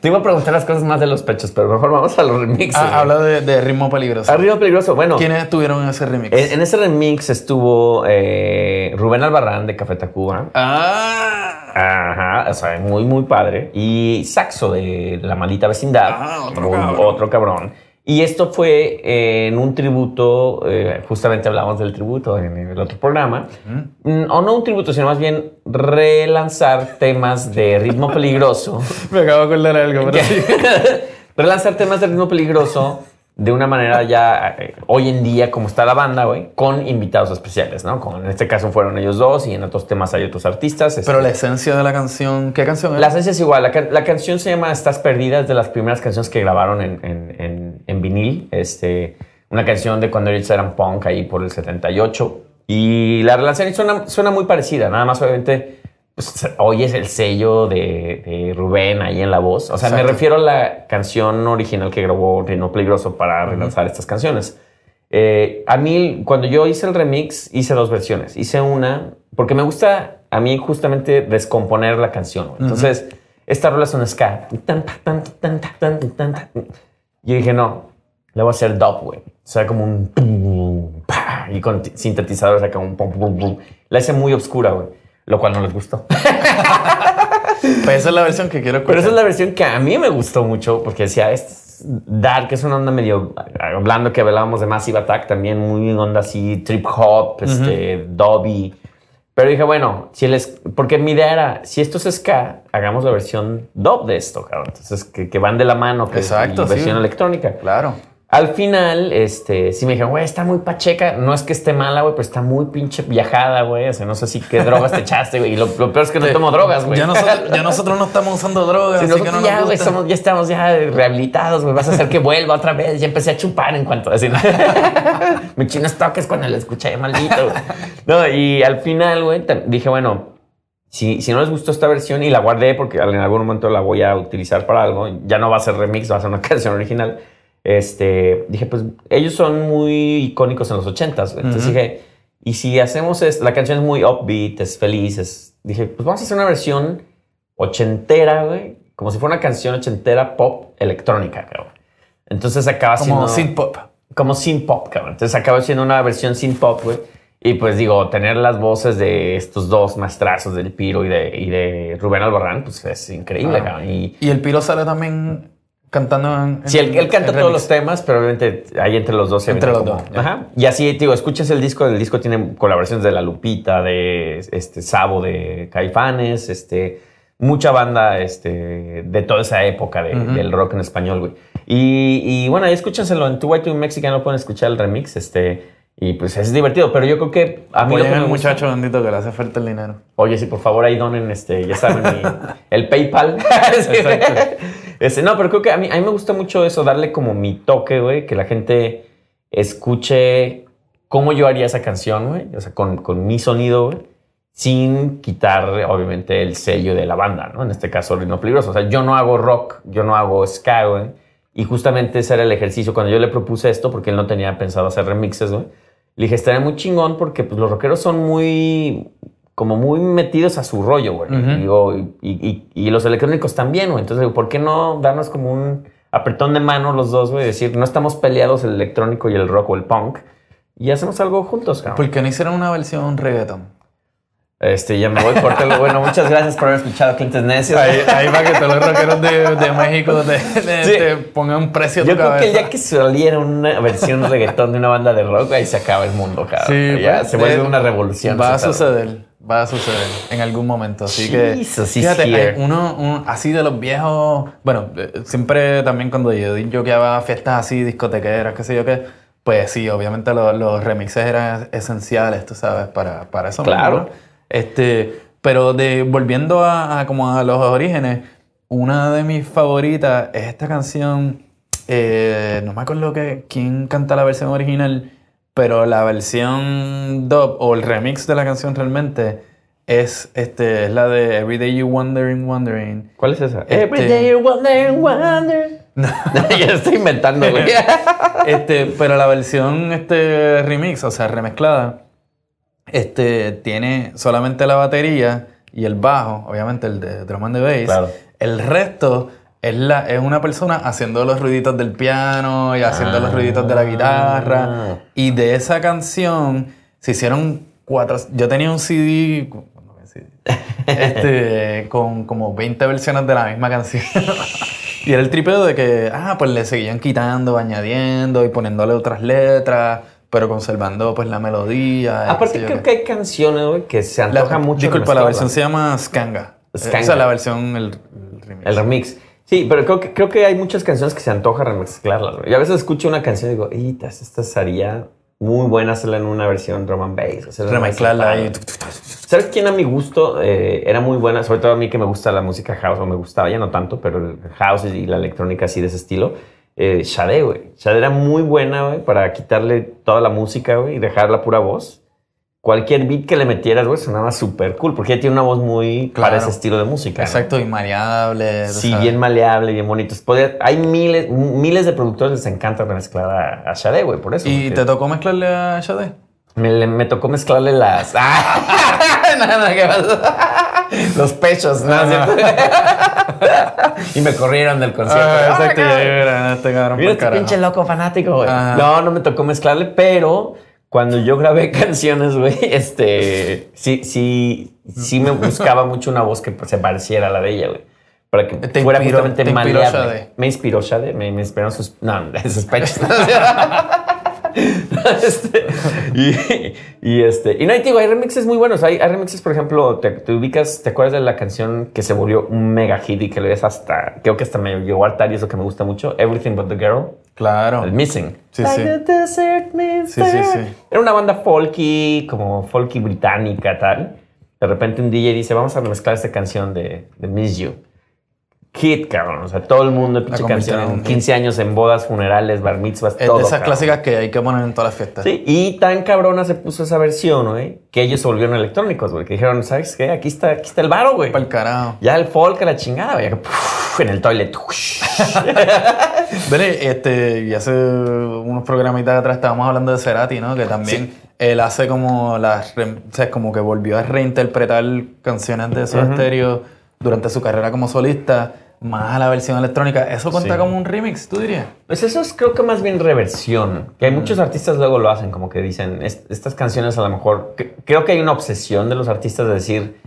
Speaker 2: Te iba a preguntar las cosas más de los pechos, pero mejor vamos a los remixes.
Speaker 3: Ah,
Speaker 2: güey.
Speaker 3: habla de, de ritmo peligroso.
Speaker 2: Arriba peligroso. Bueno,
Speaker 3: ¿Quiénes estuvieron en ese remix?
Speaker 2: en, en ese remix estuvo eh, Rubén Albarrán de Café Tacuba.
Speaker 3: Ah.
Speaker 2: Ajá, o sea, muy, muy padre. Y Saxo de La Maldita Vecindad.
Speaker 3: Ah, otro
Speaker 2: Muy-
Speaker 3: cabrón.
Speaker 2: otro cabrón. Y esto fue eh, en un tributo, eh, justamente hablamos del tributo en el otro programa, Mm, o no un tributo, sino más bien relanzar temas de ritmo peligroso.
Speaker 3: Me acabo de acordar algo, pero sí.
Speaker 2: relanzar temas de ritmo peligroso de una manera ya eh, hoy en día como está la banda, güey, con invitados especiales, ¿no? Como en este caso fueron ellos dos y en otros temas hay otros artistas. este,
Speaker 3: Pero la esencia de la canción, ¿qué canción es?
Speaker 2: la esencia es igual. La, can- la canción se llama Estás Perdida, es de las primeras canciones que grabaron en, en- en- en vinil. Este, una canción de cuando ellos eran punk ahí por el 78. Y la relación suena, suena muy parecida, nada más obviamente pues, oyes el sello de, de Rubén ahí en la voz. O sea, me
Speaker 3: Exacto.
Speaker 2: refiero a la canción original que grabó Rino Peligroso para relanzar estas canciones. Eh, a mí, cuando yo hice el remix, hice dos versiones. Hice una, porque me gusta a mí justamente descomponer la canción. güey. Entonces, esta rola es un ska. Tan, ta, tan, tan, ta, tan, tan, ta. Yo dije, no, le voy a hacer dub, güey. O sea, como un... pum, pa, Y con sintetizadores acá un... pum, pum, pum. La hice muy oscura, güey. Lo cual no les gustó.
Speaker 3: Pero Pues esa es la versión que quiero escuchar.
Speaker 2: Pero esa es la versión que a mí me gustó mucho porque decía, es Dark, es una onda medio, hablando que hablábamos de Massive Attack, también muy onda así, trip hop, este, Dobby. Pero dije, bueno, si les, porque mi idea era, si esto es ska, hagamos la versión dub de esto, cabrón. Entonces, que, que van de la mano, que
Speaker 3: Exacto,
Speaker 2: es
Speaker 3: sí.
Speaker 2: la versión electrónica.
Speaker 3: Claro.
Speaker 2: Al final, este, sí me dijeron, güey, está muy pacheca. No es que esté mala, güey, pero está muy pinche viajada, güey. O sea, no sé si qué drogas te echaste, güey. Y lo, lo peor es que no tomo drogas, güey.
Speaker 3: Ya nosotros, ya nosotros no estamos usando drogas,
Speaker 2: Si
Speaker 3: así que
Speaker 2: nosotros
Speaker 3: no
Speaker 2: ya,
Speaker 3: nos
Speaker 2: güey,
Speaker 3: gusta.
Speaker 2: somos- ya estamos ya rehabilitados, güey. Vas a hacer que vuelva otra vez. Ya empecé a chupar en cuanto así. ¿no? Me eché unos toques cuando lo escuché, maldito. güey. No, y al final, güey, tam- dije, bueno, si, si no les gustó esta versión y la guardé porque en algún momento la voy a utilizar para algo, ya no va a ser remix, va a ser una canción original. Este, dije, pues ellos son muy icónicos en los 80s. güey. Entonces
Speaker 3: Ujú.
Speaker 2: dije, y si hacemos esto, la canción es muy upbeat, es feliz, es, dije, pues vamos a hacer una versión ochentera, güey, como si fuera una canción ochentera pop electrónica, cabrón. Entonces acaba
Speaker 3: Como
Speaker 2: siendo
Speaker 3: synth pop.
Speaker 2: como sin pop, cabrón. Entonces acaba siendo una versión sin pop, güey. Y pues digo, tener las voces de estos dos maestrazos del Piro y de, y de Rubén Albarrán, pues es increíble,
Speaker 3: Claro.
Speaker 2: cabrón. Y
Speaker 3: Y el Piro sale también cantando en.
Speaker 2: sí, él, él canta todos los
Speaker 3: temas.
Speaker 2: temas, pero obviamente ahí entre los dos se
Speaker 3: Entre
Speaker 2: avienta
Speaker 3: los
Speaker 2: como-
Speaker 3: dos, ya.
Speaker 2: Ajá. Y así, te digo, escuchas el disco, el disco tiene colaboraciones de La Lupita, de este Sabo, de Caifanes, este, mucha banda este, de toda esa época de-
Speaker 3: Ujú.
Speaker 2: del rock en español, güey. Y, y bueno, ahí escúchenselo en Tu Way to Mexicano, pueden escuchar el remix, este, y pues es divertido, pero yo creo que a mí lo que
Speaker 3: Apoyen
Speaker 2: me
Speaker 3: al
Speaker 2: gusta-
Speaker 3: muchacho bendito que le hace falta el dinero.
Speaker 2: Oye, sí, por favor, ahí donen, este, ya saben, mi- el PayPal. Sí.
Speaker 3: Exacto.
Speaker 2: Este, no, pero creo que a mí, a mí me gusta mucho eso, darle como mi toque, güey, que la gente escuche cómo yo haría esa canción, güey, o sea, con, con mi sonido, güey, sin quitar, obviamente, el sello de la banda, ¿no? En este caso, Rino Peligroso. O sea, yo no hago rock, yo no hago ska, güey. Y justamente ese era el ejercicio cuando yo le propuse esto, porque él no tenía pensado hacer remixes, güey. Le dije, estaría muy chingón porque pues, los rockeros son muy, como muy metidos a su rollo, güey.
Speaker 3: Ujú.
Speaker 2: Digo, y, y- y- y los electrónicos también, güey. Entonces, digo, ¿por qué no darnos como un apretón de mano los dos, güey? Decir, no estamos peleados el electrónico y el rock o el punk. Y hacemos algo juntos, cabrón.
Speaker 3: ¿Por qué no hicieron una versión reggaeton?
Speaker 2: Este, ya me voy, córtalo. bueno, muchas gracias por haber escuchado Clientes Necios.
Speaker 3: Ahí, ahí para que todos los rockeros de, de México te, te-
Speaker 2: Sí.
Speaker 3: te pongan un precio a tu
Speaker 2: Yo creo que el
Speaker 3: cabeza.
Speaker 2: día que saliera una versión reggaetón de una banda de rock, ahí se acaba el mundo, cabrón.
Speaker 3: Sí,
Speaker 2: ya
Speaker 3: pues,
Speaker 2: se vuelve
Speaker 3: eh,
Speaker 2: una revolución.
Speaker 3: Va a
Speaker 2: ese pedo.
Speaker 3: suceder, va a suceder en algún momento. Así que,
Speaker 2: Jesus is
Speaker 3: fíjate,
Speaker 2: here.
Speaker 3: hay uno, un- así de los viejos, bueno, eh, siempre también cuando yo yo que iba a fiestas así, discotequeras, qué sé yo qué, pues sí, obviamente lo- los remixes eran esenciales, tú sabes, para, para eso. mismo,
Speaker 2: Claro.
Speaker 3: ¿no? Este, pero de, volviendo a, a como a los orígenes, una de mis favoritas es esta canción. eh, no me acuerdo que, quién canta la versión original, pero la versión dub o el remix de la canción realmente es, este, es la de Everyday You Wondering, Wondering.
Speaker 2: ¿Cuál es esa?
Speaker 3: Este-
Speaker 2: Everyday you wonder, wonder. ya estoy inventando, güey.
Speaker 3: Este, pero la versión este, remix, o sea, remezclada, este, tiene solamente la batería y el bajo, obviamente el de drum and the bass.
Speaker 2: Claro.
Speaker 3: El resto es, la, es una persona haciendo los ruiditos del piano y haciendo los ruiditos de la guitarra. Y de esa canción se hicieron cuatro... Yo tenía un CD... no, un CD, Este, con como 20 versiones de la misma canción. Y era el tripeo de que, ah, pues le seguían quitando, añadiendo y poniéndole otras letras, pero conservando pues la melodía. y qué sé
Speaker 2: Aparte
Speaker 3: yo
Speaker 2: Ah,
Speaker 3: qué.
Speaker 2: creo que hay canciones, güey, que se
Speaker 3: La-
Speaker 2: antoja mucho.
Speaker 3: Disculpa, la
Speaker 2: mezclarlas.
Speaker 3: versión se llama Skanga. Eh,
Speaker 2: Skanga.
Speaker 3: O sea, la versión, el, el remix.
Speaker 2: El remix. Sí, pero creo que, creo que hay muchas canciones que se antoja remezclarlas, güey. Yo a veces escucho una canción y digo, "Itas, esta sería muy buena hacerla en una versión drum and bass. hacerla en una
Speaker 3: Remezclarla
Speaker 2: guitarra".
Speaker 3: ahí.
Speaker 2: ¿Sabes quién a mi gusto eh, era muy buena? Sobre todo a mí que me gusta la música house, o me gustaba ya no tanto, pero el house y la electrónica así de ese estilo. Eh, Sade, güey. Sade era muy buena, güey, para quitarle toda la música, güey, y dejar la pura voz. Cualquier beat que le metieras, güey, sonaba súper cool, porque ella tiene una voz muy
Speaker 3: Claro.
Speaker 2: para ese estilo de música. ¿no?
Speaker 3: Exacto, y mareable. tú
Speaker 2: Sí,
Speaker 3: sabes.
Speaker 2: bien maleable, bien bonito. Podría- hay miles, miles de productores les encanta remezclar a, a Sade, güey, por eso.
Speaker 3: ¿Y
Speaker 2: porque
Speaker 3: te tocó mezclarle a Shade?
Speaker 2: me, le- me tocó mezclarle las. ¡Ah! Nada, ¿qué pasó? Los pechos, ¿no? ¿Cierto? y me corrieron del concierto.
Speaker 3: Ah,
Speaker 2: ¡Ah,
Speaker 3: exacto,
Speaker 2: cabrón!
Speaker 3: ya era este cabrón
Speaker 2: Mira
Speaker 3: por
Speaker 2: este
Speaker 3: carajo.
Speaker 2: pinche loco fanático, güey.
Speaker 3: Ajá.
Speaker 2: No, no me tocó mezclarle, pero cuando yo grabé canciones, güey, este, sí, sí, sí me buscaba mucho una voz que se pareciera a la de ella, güey. Para que
Speaker 3: Te
Speaker 2: fuera
Speaker 3: inspiró-
Speaker 2: justamente
Speaker 3: te inspiró
Speaker 2: maleable.
Speaker 3: Sade.
Speaker 2: Me inspiró Shade, me, me inspiró sus... No, sus pechos. Este, y, y este y no y te digo, hay remixes muy buenos hay, hay remixes por ejemplo te, te ubicas te acuerdas de la canción que se volvió un mega hit y que lo ves hasta creo que hasta me llegó al altar y eso que me gusta mucho Everything But The Girl
Speaker 3: Claro.
Speaker 2: el Missing
Speaker 3: Sí, sí.
Speaker 2: desert meets
Speaker 3: Sí, sí,
Speaker 2: dark.
Speaker 3: sí.
Speaker 2: era una banda folky como folky británica tal de repente un DJ dice vamos a mezclar esta canción de, de Miss You Hit, cabrón. O sea, todo el mundo, pinche canción.
Speaker 3: convirtieron Eh, en
Speaker 2: En
Speaker 3: un
Speaker 2: 15 años en bodas, funerales, bar mitzvahs,
Speaker 3: Es
Speaker 2: todo.
Speaker 3: de esas
Speaker 2: cabrón.
Speaker 3: clásicas que hay que poner en todas las fiestas.
Speaker 2: Sí, y tan cabrona se puso esa versión, güey, que ellos se volvieron electrónicos, güey, que dijeron, ¿sabes qué? Aquí está, aquí está el varo, güey.
Speaker 3: Para el carajo.
Speaker 2: Ya el folk a la chingada, güey, puf, en el toilet.
Speaker 3: Vene, este, y hace unos programitas atrás estábamos hablando de Cerati, ¿no? Que también él hace como las, re- o sea, como que volvió a reinterpretar canciones de Soda Stereo durante su carrera como solista, más a la versión electrónica. Eso cuenta
Speaker 2: Sí.
Speaker 3: como un remix, tú dirías.
Speaker 2: Pues eso es creo que más bien reversión, que hay
Speaker 3: Mm.
Speaker 2: muchos artistas luego lo hacen, como que dicen, "Es- estas canciones a lo mejor, que- creo que hay una obsesión de los artistas de decir,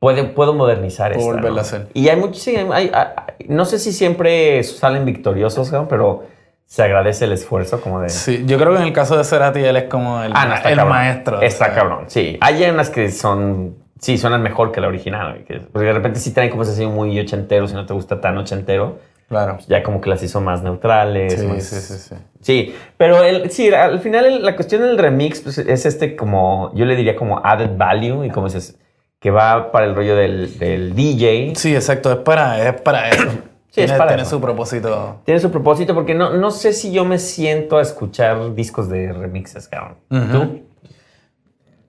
Speaker 2: puede, puedo modernizar
Speaker 3: Puedo
Speaker 2: esta,
Speaker 3: volverla
Speaker 2: ¿no?
Speaker 3: a hacer.
Speaker 2: Y hay muchos, sí, hay- hay- hay- no sé si siempre salen victoriosos, ¿no? pero se agradece el esfuerzo como de...
Speaker 3: Sí, yo creo que en el caso de Cerati él es como el,
Speaker 2: Ah, no, está
Speaker 3: el
Speaker 2: cabrón.
Speaker 3: maestro.
Speaker 2: Está
Speaker 3: o sea.
Speaker 2: cabrón, sí. Hay unas que son. Sí, suenan mejor que la original. güey, que- porque de repente sí traen como ese sonido muy ochentero. Si no te gusta tan ochentero,
Speaker 3: Claro.
Speaker 2: ya como que las hizo más neutrales.
Speaker 3: Sí,
Speaker 2: más-
Speaker 3: sí, sí, sí.
Speaker 2: Sí, pero el, sí, al final el- la cuestión del remix pues, es este como. Yo le diría como added value y como dices. Que va para el rollo del, del DJ.
Speaker 3: Sí, exacto, es para, es para eso.
Speaker 2: Sí, es
Speaker 3: Tiene-
Speaker 2: para
Speaker 3: tiene
Speaker 2: eso.
Speaker 3: su propósito.
Speaker 2: Tiene su propósito porque no, no sé si yo me siento a escuchar discos de remixes, cabrón.
Speaker 3: Ujú.
Speaker 2: ¿Tú?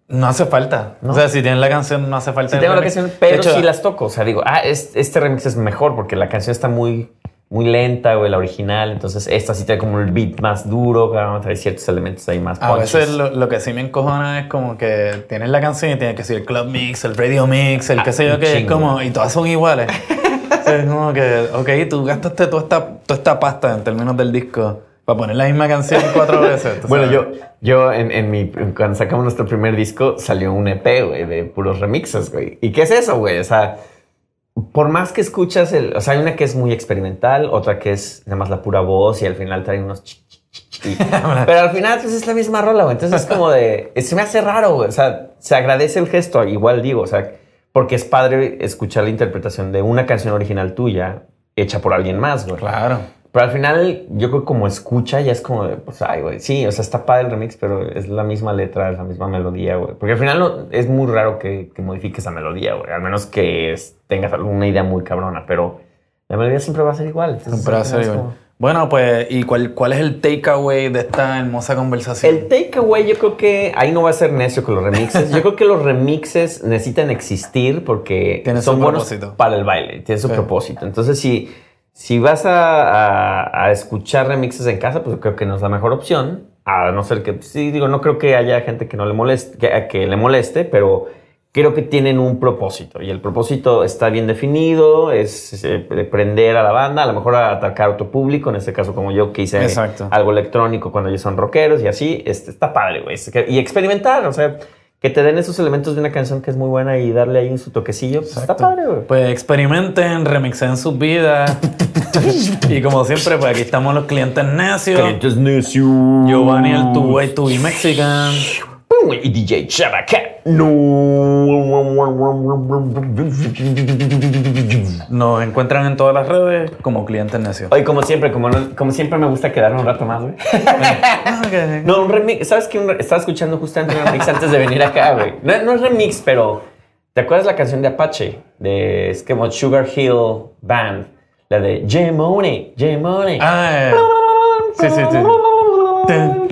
Speaker 3: No hace falta. O sea, si tienes la canción, no hace falta.
Speaker 2: Sí,
Speaker 3: el
Speaker 2: tengo la
Speaker 3: remix.
Speaker 2: canción,
Speaker 3: De
Speaker 2: pero
Speaker 3: hecho,
Speaker 2: sí las toco. O sea, digo, ah, es- este remix es mejor porque la canción está muy, muy lenta, güey, la original. Entonces, esta sí trae como el beat más duro, claro, trae ciertos elementos ahí más
Speaker 3: A
Speaker 2: punches.
Speaker 3: veces lo, lo que sí me encojona es como que tienes la canción y tienes que decir el club mix, el radio mix, el qué sé yo
Speaker 2: Ah, un
Speaker 3: qué, es
Speaker 2: chingo.
Speaker 3: como, y todas son iguales. O sea, es como que, ok, tú gastaste toda esta, toda esta pasta en términos del disco para poner la misma canción cuatro veces. tú
Speaker 2: Bueno,
Speaker 3: sabes.
Speaker 2: yo, yo en, en mi, cuando sacamos nuestro primer disco, salió un EP, güey, de puros remixes, güey. ¿Y qué es eso, güey? O sea, por más que escuchas el, o sea, hay una que es muy experimental, otra que es nada más la pura voz y al final trae unos chi, chi, chi, chi. Pero al final pues, es la misma rola, güey. Entonces es como de, eh, se me hace raro, güey. O sea, se agradece el gesto, igual digo, o sea, porque es padre escuchar la interpretación de una canción original tuya hecha por alguien más, güey.
Speaker 3: Claro.
Speaker 2: Pero al final, yo creo que como escucha, ya es como de, pues, ay, güey. Sí, o sea, está padre el remix, pero es la misma letra, es la misma melodía, güey. Porque al final no- es muy raro que, que modifiques la melodía, güey. Al menos que es- tengas alguna idea muy cabrona, pero la melodía siempre va a ser igual. Entonces,
Speaker 3: Pero
Speaker 2: al final
Speaker 3: serio,
Speaker 2: es
Speaker 3: bueno.
Speaker 2: como-
Speaker 3: Bueno, pues, ¿y cuál, cuál es el takeaway de esta hermosa conversación?
Speaker 2: El takeaway, yo creo que ahí no va a ser necio con los remixes. Yo creo que los remixes necesitan existir porque
Speaker 3: Tienen
Speaker 2: son
Speaker 3: su
Speaker 2: buenos
Speaker 3: propósito.
Speaker 2: para el baile, tienen su
Speaker 3: Sí.
Speaker 2: propósito. Entonces, si, si vas a, a- a escuchar remixes en casa, pues creo que no es la mejor opción. A no ser que, sí, digo, no creo que haya gente que no le moleste, que, a que le moleste, pero creo que tienen un propósito y el propósito está bien definido, es, eh, prender a la banda, a lo mejor a atacar a otro público, en este caso como yo que hice
Speaker 3: Exacto.
Speaker 2: algo electrónico cuando ellos son rockeros y así, este, está padre, güey. Es que- Y experimentar, o sea, que te den esos elementos de una canción que es muy buena y darle ahí su toquecillo, pues, está
Speaker 3: Exacto.
Speaker 2: padre, güey.
Speaker 3: Pues experimenten, remixen sus vidas. y como siempre, pues aquí estamos los clientes necios. Giovanni, el tu way to be Mexican.
Speaker 2: Pum, Y DJ Chabacá. No.
Speaker 3: Nos encuentran en todas las redes como clientes necios.
Speaker 2: Oye, como siempre, como, no- como siempre me gusta quedarme un rato más, güey. Ah,
Speaker 3: Ok.
Speaker 2: No, un remix. ¿Sabes qué? Un re- Estaba escuchando justamente un remix antes de venir acá, güey. No, no es remix, pero ¿te acuerdas la canción de Apache? De es como Sugar Hill Band. La de J-Money, J-Money.
Speaker 3: Ah, eh. sí, sí, sí. Ten,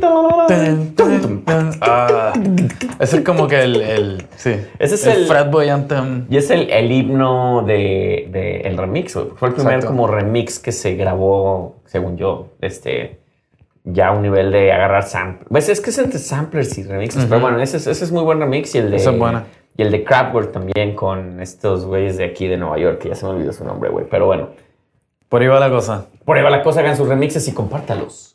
Speaker 3: Tun, tun, tun. Ah, ese es como que el, el sí.
Speaker 2: Ese es el-
Speaker 3: frat boy anthem.
Speaker 2: Y es el, el himno de, de el remix, güey. Fue el primer
Speaker 3: Exacto.
Speaker 2: como remix que se grabó, según yo, este, ya a un nivel de agarrar sample. Pues es que es entre samplers y remixes, pero bueno, ese, es- ese es muy buen remix y el de...
Speaker 3: Ese es bueno.
Speaker 2: Y el de Crapworth también con estos güeyes de aquí de Nueva York, que ya se me olvidó su nombre, güey. Pero bueno,
Speaker 3: Por ahí va la cosa.
Speaker 2: por ahí va la cosa, hagan sus remixes y compártalos.